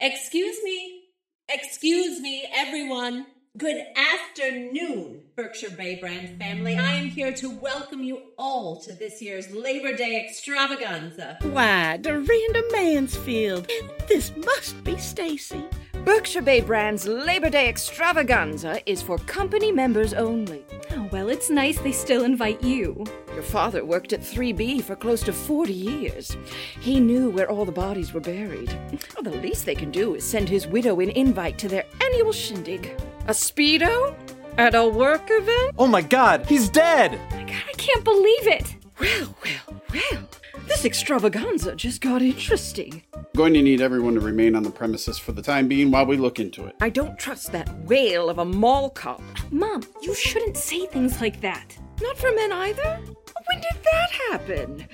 Excuse me. Excuse me, everyone. Good afternoon, Berkshire Bay Brand family. I am here to welcome you all to this year's Labor Day extravaganza. Why, Dorinda Mansfield, this must be Stacy. Berkshire Bay Brand's Labor Day extravaganza is for company members only. Oh, well, it's nice they still invite you. Your father worked at 3B for close to 40 years. He knew where all the bodies were buried. Oh, the least they can do is send his widow an invite to their annual shindig. A Speedo? At a work event? Oh my god, he's dead! Oh my god, I can't believe it! Well, well, well. This extravaganza just got interesting. Going to need everyone to remain on the premises for the time being while we look into it. I don't trust that whale of a mall cop. Mom, you shouldn't say things like that. Not for men either? When did that happen?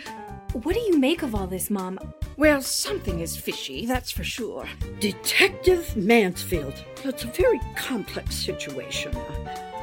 What do you make of all this, Mom? Well, something is fishy, that's for sure. Detective Mansfield, it's a very complex situation.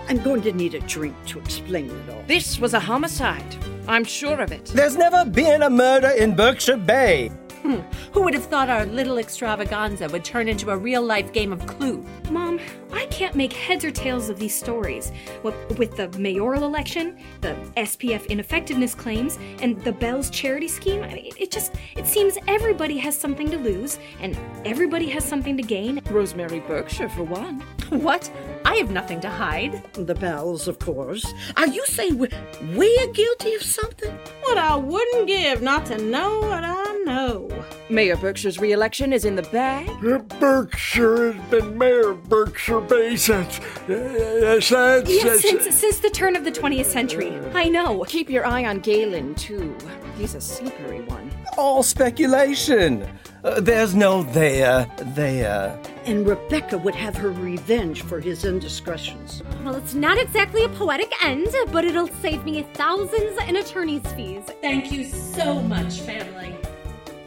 I'm going to need a drink to explain it all. This was a homicide. I'm sure of it. There's never been a murder in Berkshire Bay. Hmm. Who would have thought our little extravaganza would turn into a real life game of clue? Mom, I can't make heads or tails of these stories. With the mayoral election, the SPF ineffectiveness claims, and the Bell's charity scheme, I mean, it just it seems everybody has something to lose and everybody has something to gain. Rosemary Berkshire for one. What? I have nothing to hide. The Bells, of course. Are you saying we're, we're guilty of something? What I wouldn't give not to know what I know. Mayor Berkshire's re-election is in the bag. Uh, Berkshire has been mayor of Berkshire Bay since, uh, since, yes, since, since, since the turn of the 20th century. I know. Keep your eye on Galen too. He's a slippery one. All speculation. Uh, there's no there, there. And Rebecca would have her revenge for his indiscretions. Well, it's not exactly a poetic end, but it'll save me thousands in attorney's fees. Thank you so much, family.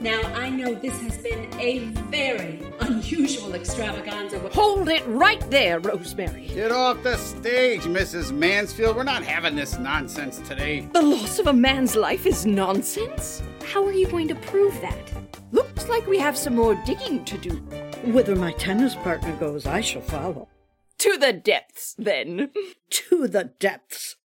Now, I know this has been a very unusual extravaganza. Hold it right there, Rosemary. Get off the stage, Mrs. Mansfield. We're not having this nonsense today. The loss of a man's life is nonsense? How are you going to prove that? Looks like we have some more digging to do. Whither my tennis partner goes, I shall follow. To the depths, then. to the depths.